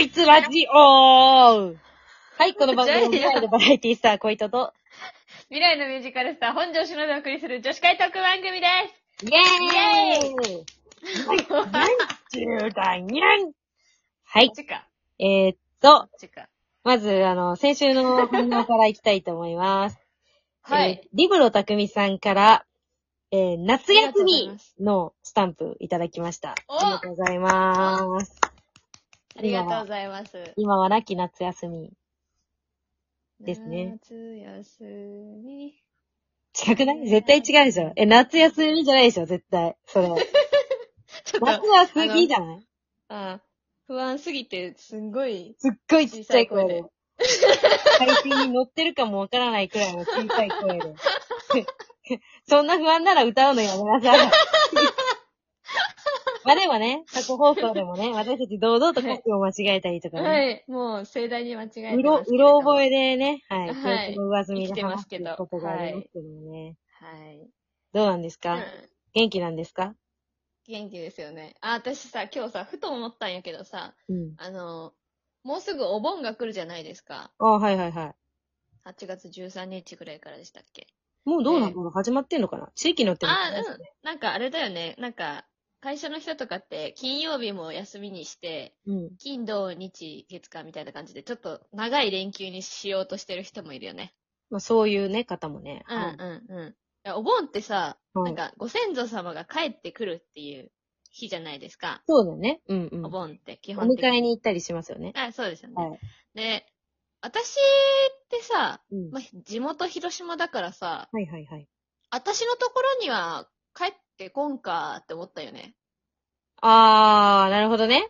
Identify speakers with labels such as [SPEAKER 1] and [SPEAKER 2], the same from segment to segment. [SPEAKER 1] いつラジオはい、この番組は
[SPEAKER 2] ジャイアン
[SPEAKER 1] 未来のバラエティスター、小糸と。
[SPEAKER 2] 未来のミュージカルスター、本庄しのでお送りする女子会特番組で
[SPEAKER 1] イェ
[SPEAKER 2] イ
[SPEAKER 1] ーイニャン !10 代ニャンは
[SPEAKER 2] す。
[SPEAKER 1] い
[SPEAKER 2] こっ、ちか。
[SPEAKER 1] えー、っと
[SPEAKER 2] こ、っちか。
[SPEAKER 1] まず、あの、先週の反応からいきたいと思います。
[SPEAKER 2] は
[SPEAKER 1] え
[SPEAKER 2] い。
[SPEAKER 1] ーリブロたくみさんから、えー、夏休
[SPEAKER 2] ありがとうござい
[SPEAKER 1] み
[SPEAKER 2] ます
[SPEAKER 1] のスタンプいただきました。
[SPEAKER 2] お
[SPEAKER 1] ありがとうございます。
[SPEAKER 2] ありがとうございます。
[SPEAKER 1] 今はラッキー夏休み。ですね。
[SPEAKER 2] 夏休み。
[SPEAKER 1] 違くない絶対違うでしょ。え、夏休みじゃないでしょ、絶対。そ れ。
[SPEAKER 2] ちょっと、
[SPEAKER 1] 夏は過ぎじゃない
[SPEAKER 2] あ不安すぎて、すんごい。
[SPEAKER 1] すっごいちっちゃい声で
[SPEAKER 2] 小。
[SPEAKER 1] 配信に乗ってるかもわからないくらいの小さい声で。そんな不安なら歌うのやめなさい。まあでもね、過去放送でもね、私たち堂々と歌詞を間違えたりとかね、
[SPEAKER 2] はい。もう、盛大に間違えてますけれ
[SPEAKER 1] う
[SPEAKER 2] ども。
[SPEAKER 1] ろ、うろ覚えでね、はい、
[SPEAKER 2] はい
[SPEAKER 1] 記憶の上積みで話す
[SPEAKER 2] 生きてますけど
[SPEAKER 1] ことがありますけどもね。
[SPEAKER 2] はい。
[SPEAKER 1] どうなんですか、
[SPEAKER 2] うん
[SPEAKER 1] 元気なんですか
[SPEAKER 2] 元気ですよね。あ、私さ、今日さ、ふと思ったんやけどさ、
[SPEAKER 1] うん。
[SPEAKER 2] あの、もうすぐお盆が来るじゃないですか。
[SPEAKER 1] あはいはいはい。
[SPEAKER 2] 8月13日ぐらいからでしたっけ。
[SPEAKER 1] もうどうなの、始まってんのかな地域によっても
[SPEAKER 2] あー、うん。なんかあれだよね。なんか、会社の人とかって、金曜日も休みにして、
[SPEAKER 1] うん。
[SPEAKER 2] 金、土、日、月間みたいな感じで、ちょっと長い連休にしようとしてる人もいるよね。
[SPEAKER 1] まあそういうね、方もね。
[SPEAKER 2] うん
[SPEAKER 1] は
[SPEAKER 2] うんうんいや。お盆ってさ、
[SPEAKER 1] い
[SPEAKER 2] なんか、ご先祖様が帰ってくるっていう日じゃないですか。
[SPEAKER 1] そうだね。うんうん。
[SPEAKER 2] お盆って基
[SPEAKER 1] お
[SPEAKER 2] 本
[SPEAKER 1] 迎
[SPEAKER 2] 的に。
[SPEAKER 1] えに行ったりしますよね。
[SPEAKER 2] あ、そうですよね。
[SPEAKER 1] はい。
[SPEAKER 2] で、私ってさ、
[SPEAKER 1] うん。
[SPEAKER 2] まあ、地元広島だからさ、
[SPEAKER 1] はいはいはい。
[SPEAKER 2] 私のところには帰ってこんかって思ったよね。
[SPEAKER 1] あー、なるほどね。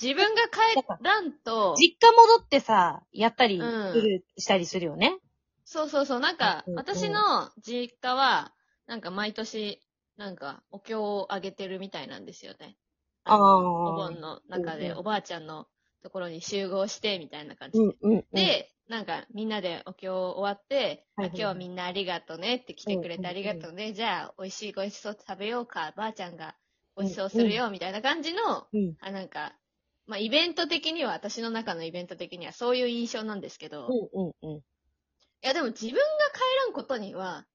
[SPEAKER 2] 自分が帰らんと、
[SPEAKER 1] 実家戻ってさ、やったり
[SPEAKER 2] うん
[SPEAKER 1] する、したりするよね。
[SPEAKER 2] そうそうそう、なんか
[SPEAKER 1] うんう、ん
[SPEAKER 2] 私の実家は、なんか毎年、なんか、お経をあげてるみたいなんですよね。
[SPEAKER 1] あー
[SPEAKER 2] のお盆の中
[SPEAKER 1] うん
[SPEAKER 2] で、
[SPEAKER 1] うん
[SPEAKER 2] おばあちゃんのところに集合して、みたいな感じ
[SPEAKER 1] う
[SPEAKER 2] で。
[SPEAKER 1] んうん。、
[SPEAKER 2] で、なんか、みんなでお経終わって、
[SPEAKER 1] はいはい
[SPEAKER 2] あ今日はみんなありがとうねって来てくれ
[SPEAKER 1] うん
[SPEAKER 2] てありがとうね、じゃあ、美味しいごちそう食べようか、ばあちゃんがごちそうす
[SPEAKER 1] うん
[SPEAKER 2] るよ、みたいな感じの、
[SPEAKER 1] うん。
[SPEAKER 2] あなんか、まあ、イベント的には、私の中のイベント的にはそういう印象なんですけど、
[SPEAKER 1] うん
[SPEAKER 2] い
[SPEAKER 1] うんうん。
[SPEAKER 2] や、でも自分が帰らんことには、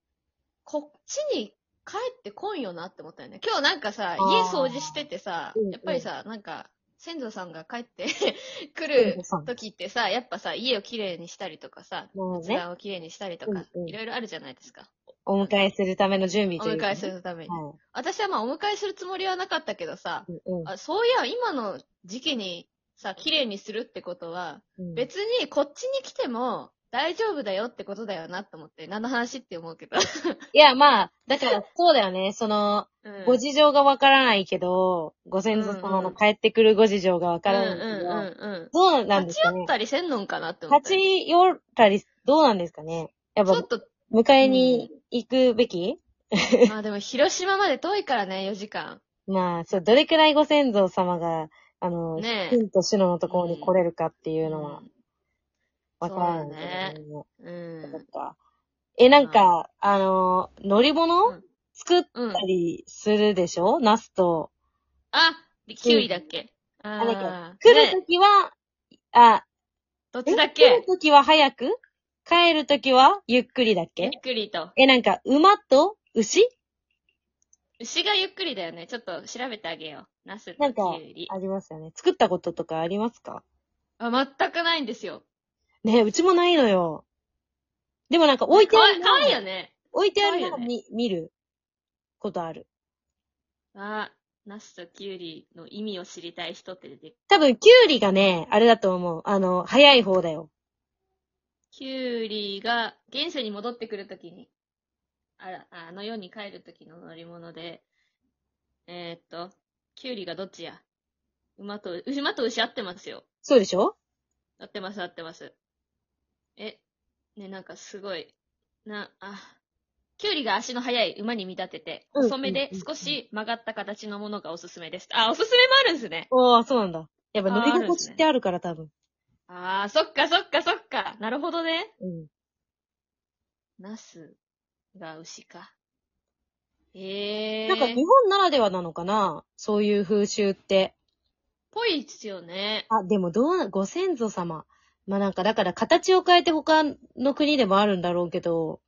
[SPEAKER 2] こっちに帰ってこんよなって思ったよね。今日なんかさ、
[SPEAKER 1] あー
[SPEAKER 2] 家掃除しててさ
[SPEAKER 1] うんうん、
[SPEAKER 2] やっぱりさ、なんか、先祖さんが帰って 来
[SPEAKER 1] 先
[SPEAKER 2] る
[SPEAKER 1] 祖さん
[SPEAKER 2] 時ってさ、やっぱさ、家をきれいにしたりとかさ、
[SPEAKER 1] もう
[SPEAKER 2] 仏
[SPEAKER 1] ね、
[SPEAKER 2] 壇をきれいにしたりとか、
[SPEAKER 1] うんうん
[SPEAKER 2] いろいろあるじゃないですか。
[SPEAKER 1] お迎えするための準備
[SPEAKER 2] お
[SPEAKER 1] という
[SPEAKER 2] 迎えす
[SPEAKER 1] る。
[SPEAKER 2] るために。
[SPEAKER 1] は
[SPEAKER 2] 私はまあお迎えするつもりはなかったけどさ、
[SPEAKER 1] い。うん
[SPEAKER 2] あそういや、今の時期にさ、きれいにするってことは、
[SPEAKER 1] うん。
[SPEAKER 2] 別にこっちに来ても大丈夫だよってことだよなと思って、何の話って思うけど。
[SPEAKER 1] いや、まあ、だから、そうだよね。その、
[SPEAKER 2] うん
[SPEAKER 1] ご事情がわからないけど、ご先祖様の帰ってくるご事情がわから
[SPEAKER 2] うん
[SPEAKER 1] ないけど、
[SPEAKER 2] うんうんうん。
[SPEAKER 1] どうなんで
[SPEAKER 2] 立
[SPEAKER 1] す
[SPEAKER 2] ち
[SPEAKER 1] か
[SPEAKER 2] 寄
[SPEAKER 1] ね
[SPEAKER 2] っ。たりせんのんかなって思っ
[SPEAKER 1] 立
[SPEAKER 2] たよ。
[SPEAKER 1] ち寄ったり、どうなんですかね。やっ
[SPEAKER 2] ちょ
[SPEAKER 1] ぱ
[SPEAKER 2] っ、と、
[SPEAKER 1] 迎えに行くべき、
[SPEAKER 2] まあでも広島まで遠いからね、4時間。
[SPEAKER 1] まあ、そう、どれくらいご先祖様が、あの、
[SPEAKER 2] ねえ
[SPEAKER 1] 金と白のところに来れるかっていうのは、わからない
[SPEAKER 2] そうだ
[SPEAKER 1] け
[SPEAKER 2] ね
[SPEAKER 1] ども
[SPEAKER 2] うん。
[SPEAKER 1] そっかえ、なんか、あの、乗り物、
[SPEAKER 2] うん
[SPEAKER 1] 作っ
[SPEAKER 2] うん。
[SPEAKER 1] たりするでしょナスと。
[SPEAKER 2] あ、キュウリだっけ、あ
[SPEAKER 1] あなん
[SPEAKER 2] あ
[SPEAKER 1] か来
[SPEAKER 2] ね
[SPEAKER 1] るときは、あ、
[SPEAKER 2] どっ
[SPEAKER 1] え
[SPEAKER 2] ちだっ
[SPEAKER 1] 来
[SPEAKER 2] け
[SPEAKER 1] るときは早く帰るときはゆっくりだっ
[SPEAKER 2] ゆ
[SPEAKER 1] け
[SPEAKER 2] っくりと。
[SPEAKER 1] え、なんか、馬と牛
[SPEAKER 2] 牛がゆっくりだよね。ちょっと調べてあげよう。ナス
[SPEAKER 1] なん
[SPEAKER 2] とキ
[SPEAKER 1] か
[SPEAKER 2] ュウリ。
[SPEAKER 1] ありますよね。作ったこととかありますか
[SPEAKER 2] あ、全くないんですよ。
[SPEAKER 1] ねうちもないのよ。でもなんか置いて
[SPEAKER 2] か
[SPEAKER 1] あ
[SPEAKER 2] わ
[SPEAKER 1] る
[SPEAKER 2] い
[SPEAKER 1] の
[SPEAKER 2] かわいいよね。
[SPEAKER 1] 置いてあるの
[SPEAKER 2] か
[SPEAKER 1] は
[SPEAKER 2] わいいよね
[SPEAKER 1] 見、見ることある。
[SPEAKER 2] あ、ナスとキュウリの意味を知りたい人って出てくる。
[SPEAKER 1] 多分、キュウリがね、あれだと思う。あの、早い方だよ。
[SPEAKER 2] キュウリが現世に戻ってくるときに、あら、ああの世に帰るときの乗り物で、えー、っと、キュウリがどっちや馬と、馬と牛合ってますよ。
[SPEAKER 1] そうでしょ
[SPEAKER 2] 合ってます、合ってます。え、ね、なんかすごい、な、あ、キュウリが足の速い馬に見立てて、
[SPEAKER 1] うん
[SPEAKER 2] 細めで
[SPEAKER 1] うんうん
[SPEAKER 2] 少し曲がった形のものがおすすめです。あ、おすすめもあるんですね。
[SPEAKER 1] おー、そうなんだ。やっぱ乗り
[SPEAKER 2] あーあるん
[SPEAKER 1] 心
[SPEAKER 2] です
[SPEAKER 1] 地
[SPEAKER 2] ね
[SPEAKER 1] ってあるから、多分。
[SPEAKER 2] あー、そっかそっかそっか。なるほどね。
[SPEAKER 1] うん。
[SPEAKER 2] ナスが牛か。えー。
[SPEAKER 1] なんか、日本ならではなのかなそういう風習って。
[SPEAKER 2] ぽいっすよね。
[SPEAKER 1] あ、でもどうな、ご先祖様。まあなんか、だから形を変えて他の国でもあるんだろうけど、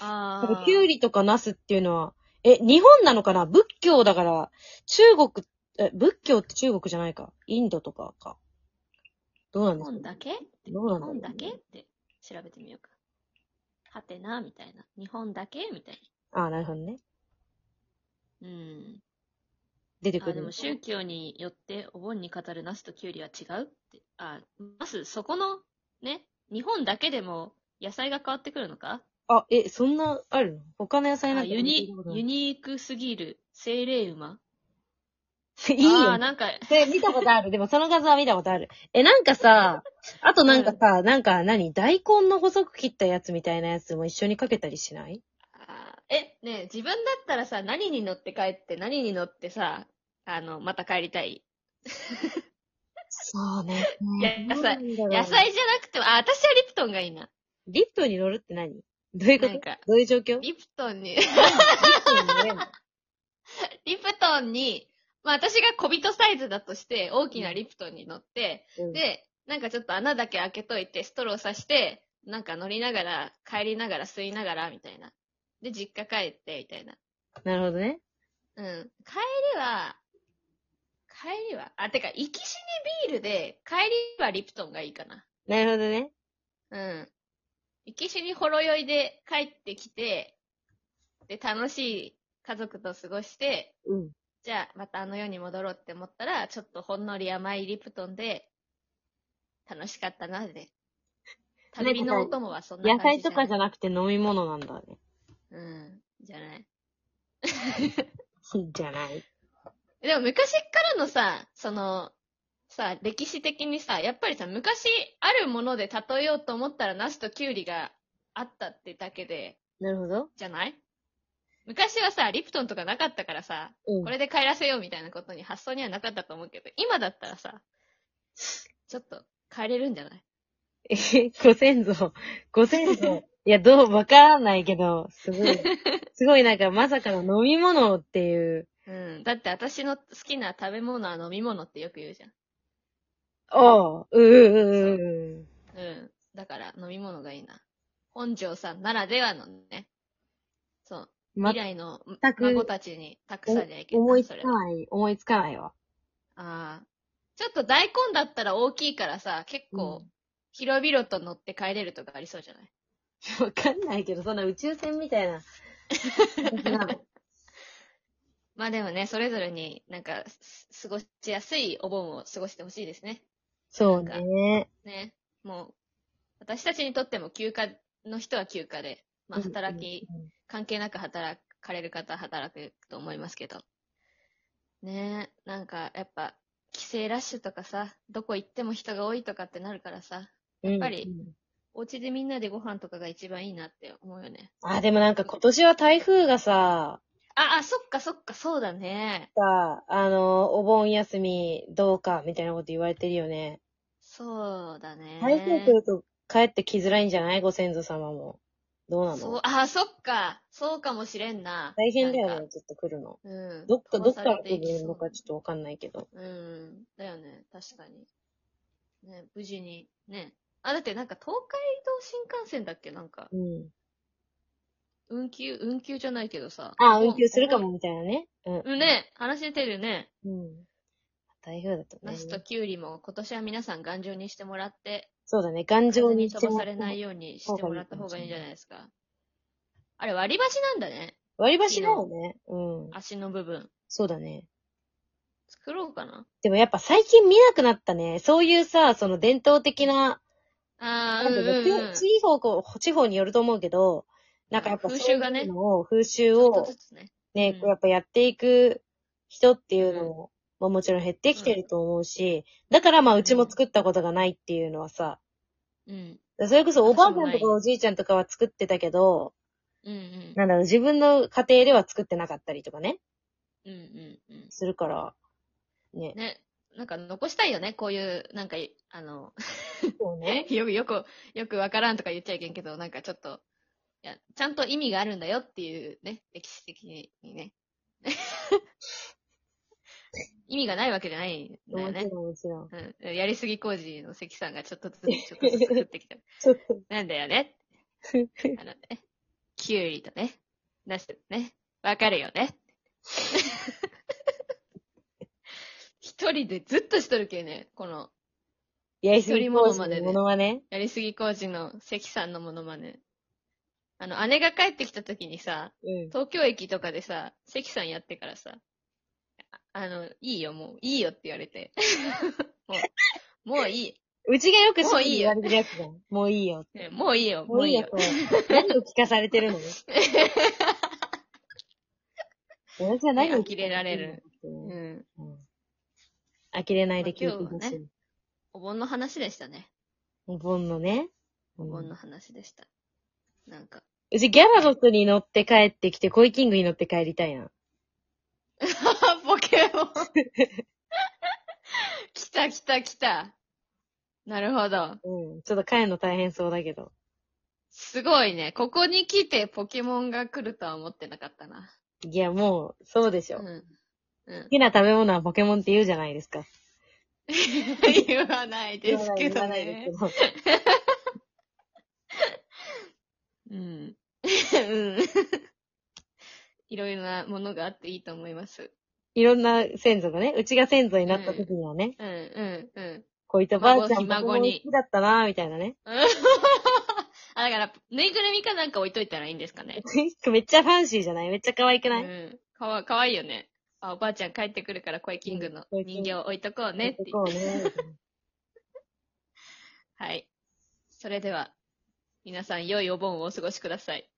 [SPEAKER 2] あ
[SPEAKER 1] なん
[SPEAKER 2] あ
[SPEAKER 1] か。キュウリとかナスっていうのは、え、日本なのかな仏教だから、中国、え、仏教って中国じゃないか。インドとかか。どうなん
[SPEAKER 2] 日
[SPEAKER 1] です
[SPEAKER 2] 本だけ
[SPEAKER 1] どうなんだろ
[SPEAKER 2] 日
[SPEAKER 1] う
[SPEAKER 2] 本だけって調べてみようか。はてな、みたいな。日本だけみたい
[SPEAKER 1] あ、なるほどね。
[SPEAKER 2] な。うん。
[SPEAKER 1] 出てく
[SPEAKER 2] あ、
[SPEAKER 1] る。
[SPEAKER 2] でも宗教によってお盆に語るナスとキュウリは違うって。あ、まずそこの、ね、日本だけでも野菜が変わってくるのか
[SPEAKER 1] あ、え、そんな、あるの他の野菜なん
[SPEAKER 2] あ
[SPEAKER 1] か
[SPEAKER 2] ユニユ
[SPEAKER 1] ニ、
[SPEAKER 2] ニークすぎる精霊馬
[SPEAKER 1] いいよ
[SPEAKER 2] あー、なんか、
[SPEAKER 1] で、見たことある。でもその画像は見たことある。え、なんか さ、あとなんかさ、なんか何大根の細く切ったやつみたいなやつも一緒にかけたりしない
[SPEAKER 2] あーえ、ねえ自分だったらさ、何に乗って帰って、何に乗ってさ、あの、また帰りたい。
[SPEAKER 1] そうね。
[SPEAKER 2] いや野菜
[SPEAKER 1] 菜
[SPEAKER 2] 野菜じゃなくても、あ、私はリプトンがいいな。
[SPEAKER 1] リップに乗るって何どういうこ
[SPEAKER 2] な
[SPEAKER 1] と
[SPEAKER 2] んか
[SPEAKER 1] どういう状況リッ
[SPEAKER 2] リプトンに、
[SPEAKER 1] プに乗れんの
[SPEAKER 2] リプトンに、まあ私が小人サイズだとして、大きなリプトンに乗って、
[SPEAKER 1] うん
[SPEAKER 2] で、なんかちょっと穴だけ開けといて、ストローさして、なんか乗りながら、帰りながら、吸いながら、みたいな。で、実家帰って、みたいな。
[SPEAKER 1] なるほどね。
[SPEAKER 2] うん。帰りは、帰りは、あ、てか、行きしにビールで、帰りはリプトンがいいかな。
[SPEAKER 1] なるほどね。
[SPEAKER 2] うん。行きしにほろ酔いで帰ってきて、で、楽しい家族と過ごして、
[SPEAKER 1] うん。
[SPEAKER 2] じゃあ、またあの世に戻ろうって思ったら、ちょっとほんのり甘いリプトンで、楽しかったな、で。旅のお供はそんな
[SPEAKER 1] 野
[SPEAKER 2] 感
[SPEAKER 1] 菜
[SPEAKER 2] じじゃ
[SPEAKER 1] と
[SPEAKER 2] ない。
[SPEAKER 1] かじゃなくて飲み物なんだね。
[SPEAKER 2] うん、じゃない。
[SPEAKER 1] じゃない。
[SPEAKER 2] でも昔からのさ、その、さ、歴史的にさ、やっぱりさ、昔あるもので例えようと思ったら、ナスとキュウリがあったってだけで、
[SPEAKER 1] なるほど。
[SPEAKER 2] じゃない昔はさ、リプトンとかなかったからさ、
[SPEAKER 1] うん
[SPEAKER 2] こ。れで帰らせようみたいなことに発想にはなかったと思うけど、今だったらさ、ちょっと帰れるんじゃない
[SPEAKER 1] え、 ご先祖。ご先 祖。いや、どう、わからないけど、すごい。すごいなんか、まさかの飲み物っていう。
[SPEAKER 2] うん。だって私の好きな食べ物は飲み物ってよく言うじゃん。
[SPEAKER 1] おう、うーう
[SPEAKER 2] うん。だから飲み物がいいな。本庄さんならではのね。そう。
[SPEAKER 1] ー。ま
[SPEAKER 2] 未、来の
[SPEAKER 1] 全く
[SPEAKER 2] 孫たちに託さにゃいけ
[SPEAKER 1] お思
[SPEAKER 2] ないい、
[SPEAKER 1] つ
[SPEAKER 2] そ
[SPEAKER 1] か
[SPEAKER 2] れは。
[SPEAKER 1] ない、思いつかないわ。
[SPEAKER 2] ああ。ちょっと大根だったら大きいからさ、結構
[SPEAKER 1] う、
[SPEAKER 2] 広々と乗って帰れるとかありそうじゃない
[SPEAKER 1] わかん ないけど、そんな宇宙船みたいな。
[SPEAKER 2] まあでもね、それぞれになんか、す過ごしやすいお盆を過ごしてほしいですね。
[SPEAKER 1] そうね。
[SPEAKER 2] ね。もう、私たちにとっても休暇の人は休暇で、まあ働き、
[SPEAKER 1] うん。
[SPEAKER 2] 関係なく働かれる方は働くと思いますけど。ねえ、なんかやっぱ、帰省ラッシュとかさ、どこ行っても人が多いとかってなるからさ、
[SPEAKER 1] や
[SPEAKER 2] っぱりお家でみんなでご飯とかが一番いいなって思うよね。
[SPEAKER 1] あ、でもなんか今年は台風がさ、
[SPEAKER 2] あ、あ、そっかそっか、そうだね。
[SPEAKER 1] さ、あの、お盆休みどうかみたいなこと言われてるよね。
[SPEAKER 2] そうだね。
[SPEAKER 1] 台風来ると帰ってきづらいんじゃないご先祖様も。どうな
[SPEAKER 2] そう
[SPEAKER 1] の、
[SPEAKER 2] あ、そっか、そうかもしれんな。
[SPEAKER 1] 大変だ
[SPEAKER 2] なん
[SPEAKER 1] よ
[SPEAKER 2] か
[SPEAKER 1] ね、ずっと来るの。
[SPEAKER 2] うん。
[SPEAKER 1] どっか、どっ
[SPEAKER 2] 飛
[SPEAKER 1] か
[SPEAKER 2] ばさ
[SPEAKER 1] ら
[SPEAKER 2] れて
[SPEAKER 1] 来
[SPEAKER 2] いき
[SPEAKER 1] る
[SPEAKER 2] そう
[SPEAKER 1] のかちょっとわかんないけど。
[SPEAKER 2] うん。だよね。確かに。ね、無事に。ね。あ、だってなんか東海道新幹線だっけなんか、
[SPEAKER 1] うん。
[SPEAKER 2] 運休、運休じゃないけどさ。
[SPEAKER 1] あ、
[SPEAKER 2] お盆
[SPEAKER 1] 運休するか。もみたいなね。うん
[SPEAKER 2] お。盆うんね、話出てるね。
[SPEAKER 1] うん。台風だと
[SPEAKER 2] ナ
[SPEAKER 1] ね。
[SPEAKER 2] スとキュウリも今年は皆さん頑丈にしてもらって、
[SPEAKER 1] そうだね、頑丈
[SPEAKER 2] 風
[SPEAKER 1] に
[SPEAKER 2] に
[SPEAKER 1] し
[SPEAKER 2] 飛
[SPEAKER 1] て
[SPEAKER 2] ば
[SPEAKER 1] も
[SPEAKER 2] されないようにしてもらった方がいいんじゃないですか。あれ割り箸なんだね。
[SPEAKER 1] 割り箸だよね。うん。
[SPEAKER 2] 足の部分。
[SPEAKER 1] そうだね。
[SPEAKER 2] 作ろうかな。
[SPEAKER 1] でもやっぱ最近見なくなったね。そういうさ、その伝統的な、
[SPEAKER 2] あ
[SPEAKER 1] な
[SPEAKER 2] ー、うんん
[SPEAKER 1] ていう
[SPEAKER 2] うん、
[SPEAKER 1] の
[SPEAKER 2] うん。
[SPEAKER 1] 地地方こう、地方によると思うけど、なんかやっぱそう
[SPEAKER 2] 風
[SPEAKER 1] い
[SPEAKER 2] 習がね
[SPEAKER 1] うのを、風習
[SPEAKER 2] ちょっと
[SPEAKER 1] を
[SPEAKER 2] ずつね。
[SPEAKER 1] ね、
[SPEAKER 2] うん
[SPEAKER 1] やっぱやっていく人っていうのも、まあもちろん減ってきてると思うし、だからまあうちも作ったことがないっていうのはさ、
[SPEAKER 2] うん。
[SPEAKER 1] それこそおばあちゃんと
[SPEAKER 2] 私も
[SPEAKER 1] か
[SPEAKER 2] ない
[SPEAKER 1] おじいちゃんとかは作ってたけど、
[SPEAKER 2] うんうん。
[SPEAKER 1] なんだろう、自分の家庭では作ってなかったりとかね、
[SPEAKER 2] うんうんうん。
[SPEAKER 1] するから、ね。
[SPEAKER 2] ね、なんか残したいよね、こういう、なんかい、あの、
[SPEAKER 1] そうね。
[SPEAKER 2] よくよく、よくわからんとか言っちゃいけんけど、なんかちょっと、いや、ちゃんと意味があるんだよっていうね、歴史的にね。意味がないわけじゃないんだよ
[SPEAKER 1] もち
[SPEAKER 2] ね。
[SPEAKER 1] ろん、もちろん。
[SPEAKER 2] うん。やりすぎ工事の関さんがちょっとずつ、ちょっとずつ作ってきた。
[SPEAKER 1] ちょっと。
[SPEAKER 2] なんだよね。あのね。キュウリとね。ナスとね。わかるよね。 一人でずっとしとるけね。この、
[SPEAKER 1] やりすぎ工事
[SPEAKER 2] 一人モノマネ
[SPEAKER 1] のも
[SPEAKER 2] ね
[SPEAKER 1] のはね。
[SPEAKER 2] やりすぎ工事の関さんのモノマネ。あの、姉が帰ってきた時にさ、
[SPEAKER 1] うん。
[SPEAKER 2] 東京駅とかでさ、関さんやってからさ、ああの、いいよ、もう、いいよって言われて。 もう、もういい。
[SPEAKER 1] うちがよく
[SPEAKER 2] もういいよ
[SPEAKER 1] 言われてるやつじゃん。もういいよ。
[SPEAKER 2] ねもういいよ、
[SPEAKER 1] も
[SPEAKER 2] も
[SPEAKER 1] う
[SPEAKER 2] う
[SPEAKER 1] い
[SPEAKER 2] い
[SPEAKER 1] い
[SPEAKER 2] い
[SPEAKER 1] よ
[SPEAKER 2] よ。
[SPEAKER 1] と。何を聞かされて るの私は何を聞かされてるの
[SPEAKER 2] 呆れられる。
[SPEAKER 1] うん
[SPEAKER 2] うん。
[SPEAKER 1] 呆れないで聞いてほ
[SPEAKER 2] まあ今日は
[SPEAKER 1] しい。
[SPEAKER 2] お盆の話でしたね。
[SPEAKER 1] お盆のね。う
[SPEAKER 2] お
[SPEAKER 1] ん
[SPEAKER 2] 盆の話でした。なんか。
[SPEAKER 1] うちギャラドスに乗って帰ってきて、コイキングに乗って帰りたいな。
[SPEAKER 2] ポケモン。 来た来た来た。なるほど。
[SPEAKER 1] うん。ちょっと帰るの大変そうだけど。
[SPEAKER 2] すごいね。ここに来てポケモンが来るとは思ってなかったな。
[SPEAKER 1] いや、もう、そうでしょ。
[SPEAKER 2] う
[SPEAKER 1] 好
[SPEAKER 2] ん。うん。
[SPEAKER 1] きな食べ物はポケモンって言うじゃないですか。
[SPEAKER 2] 言わないですけど
[SPEAKER 1] 言わないですけ
[SPEAKER 2] ね。
[SPEAKER 1] ど。
[SPEAKER 2] うん。うん。 いろいろなものがあっていいと思います。
[SPEAKER 1] いろんな先祖がね、うちが先祖になった時にはね、
[SPEAKER 2] うん、うん、うん。
[SPEAKER 1] こういったばあちゃん
[SPEAKER 2] ひ孫
[SPEAKER 1] ポケモン
[SPEAKER 2] に
[SPEAKER 1] 好きだったなぁ、みたいなね。
[SPEAKER 2] あ、だから、ぬいぐるみかなんか置いといたらいいんですかね。
[SPEAKER 1] めっちゃファンシーじゃないめっちゃ可愛くない、
[SPEAKER 2] うん。かわ、かわいいよね。あ、おばあちゃん帰ってくるから、声キングの
[SPEAKER 1] うん
[SPEAKER 2] 人形置いとこうねって。
[SPEAKER 1] こうね。
[SPEAKER 2] はい。それでは、皆さん良いお盆をお過ごしください。